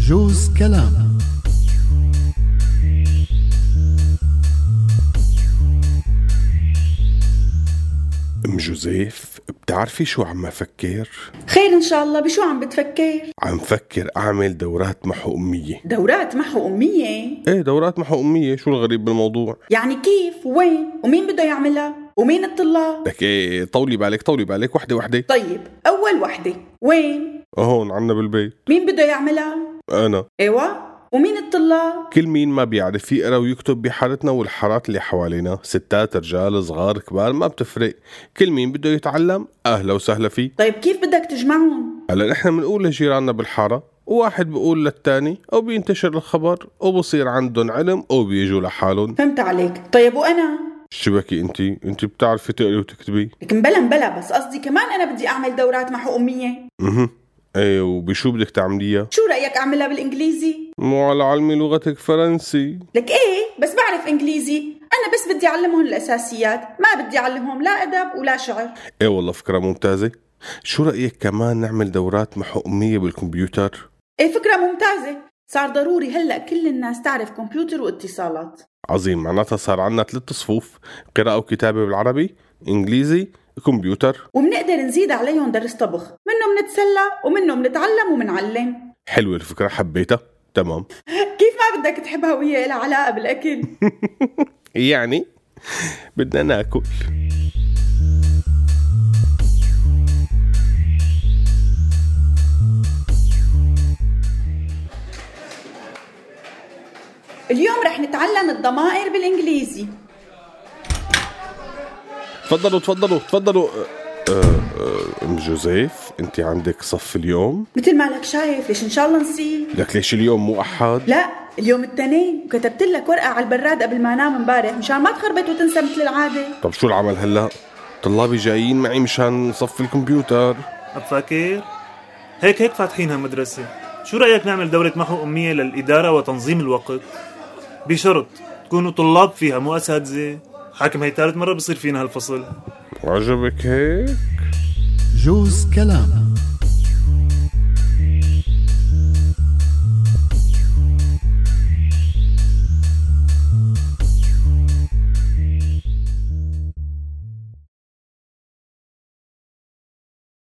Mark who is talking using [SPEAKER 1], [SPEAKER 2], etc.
[SPEAKER 1] جوز كلام
[SPEAKER 2] ام جوزيف بتعرفي شو عم فكر؟
[SPEAKER 3] خير ان شاء الله بشو عم بتفكر
[SPEAKER 2] عم فكر اعمل دورات محو امية
[SPEAKER 3] دورات محو اميه
[SPEAKER 2] ايه دورات محو امية شو الغريب بالموضوع؟
[SPEAKER 3] يعني كيف وين ومين بده يعملها ومين الطلاب
[SPEAKER 2] لك ايه طولي بالك طولي بالك وحدة وحدة آه،
[SPEAKER 3] طيب اول وحده وين
[SPEAKER 2] هون عنا بالبيت
[SPEAKER 3] مين بده يعملها
[SPEAKER 2] انا
[SPEAKER 3] ايوه ومين الطلاب
[SPEAKER 2] كل مين ما بيعرف يقرا ويكتب بحارتنا والحارات اللي حوالينا ستات رجال صغار كبار ما بتفرق كل مين بده يتعلم اهلا وسهلا فيه
[SPEAKER 3] طيب كيف بدك تجمعهم
[SPEAKER 2] هلا نحن بنقول لجيراننا بالحارة وواحد بيقول للتاني وبينتشر الخبر وبصير عندهم علم وبيجوا لحالهم
[SPEAKER 3] فهمت عليك طيب وانا
[SPEAKER 2] شبكي انت انت بتعرفي تقري وتكتبي
[SPEAKER 3] لكن بلا بلا بس قصدي كمان انا بدي اعمل دورات محو اميه
[SPEAKER 2] اها ايه وبشو بدك تعمليها
[SPEAKER 3] شو رايك اعملها بالانجليزي
[SPEAKER 2] مو على علمي لغتك فرنسي
[SPEAKER 3] لك ايه بس بعرف انجليزي انا بس بدي اعلمهم الاساسيات ما بدي اعلمهم لا ادب ولا شعر
[SPEAKER 2] ايه والله فكرة ممتازة شو رأيك كمان نعمل دورات محؤمية بالكمبيوتر
[SPEAKER 3] ايه فكره ممتازه صار ضروري هلا كل الناس تعرف كمبيوتر واتصالات
[SPEAKER 2] عظيم معناتها صار عنا ثلاث صفوف قراءة وكتابة بالعربي انجليزي كمبيوتر
[SPEAKER 3] وبنقدر نزيد عليهم درس طبخ منه منتسلى ومنه منتعلم ومنعلم
[SPEAKER 2] حلوة الفكرة حبيتها تمام
[SPEAKER 3] كيف ما بدك تحبها وهي لها علاقة بالأكل
[SPEAKER 2] يعني بدنا ناكل
[SPEAKER 3] اليوم رح نتعلم الضمائر بالإنجليزي
[SPEAKER 2] تفضلوا تفضلوا تفضلوا أه، أه، أه، ام جوزيف انت عندك صف اليوم
[SPEAKER 3] مثل ما لك شايف ليش إن شاء الله نسيب
[SPEAKER 2] لك ليش اليوم مو احد
[SPEAKER 3] لا اليوم التنين وكتبت لك ورقة على البراد قبل ما انام امبارح مشان ما تخربط وتنسى مثل العادة
[SPEAKER 2] طب شو العمل هلا طلابي جايين معي مشان صف الكمبيوتر
[SPEAKER 4] أبفاكر هيك هيك فاتحين هالمدرسة شو رأيك نعمل دورة محو أمية للإدارة وتنظيم الوقت بشرط تكونوا طلاب فيها مو أساتذة حاكم هي تالت مرة بصير فينا هالفصل
[SPEAKER 2] عجبك هيك
[SPEAKER 1] جوز كلام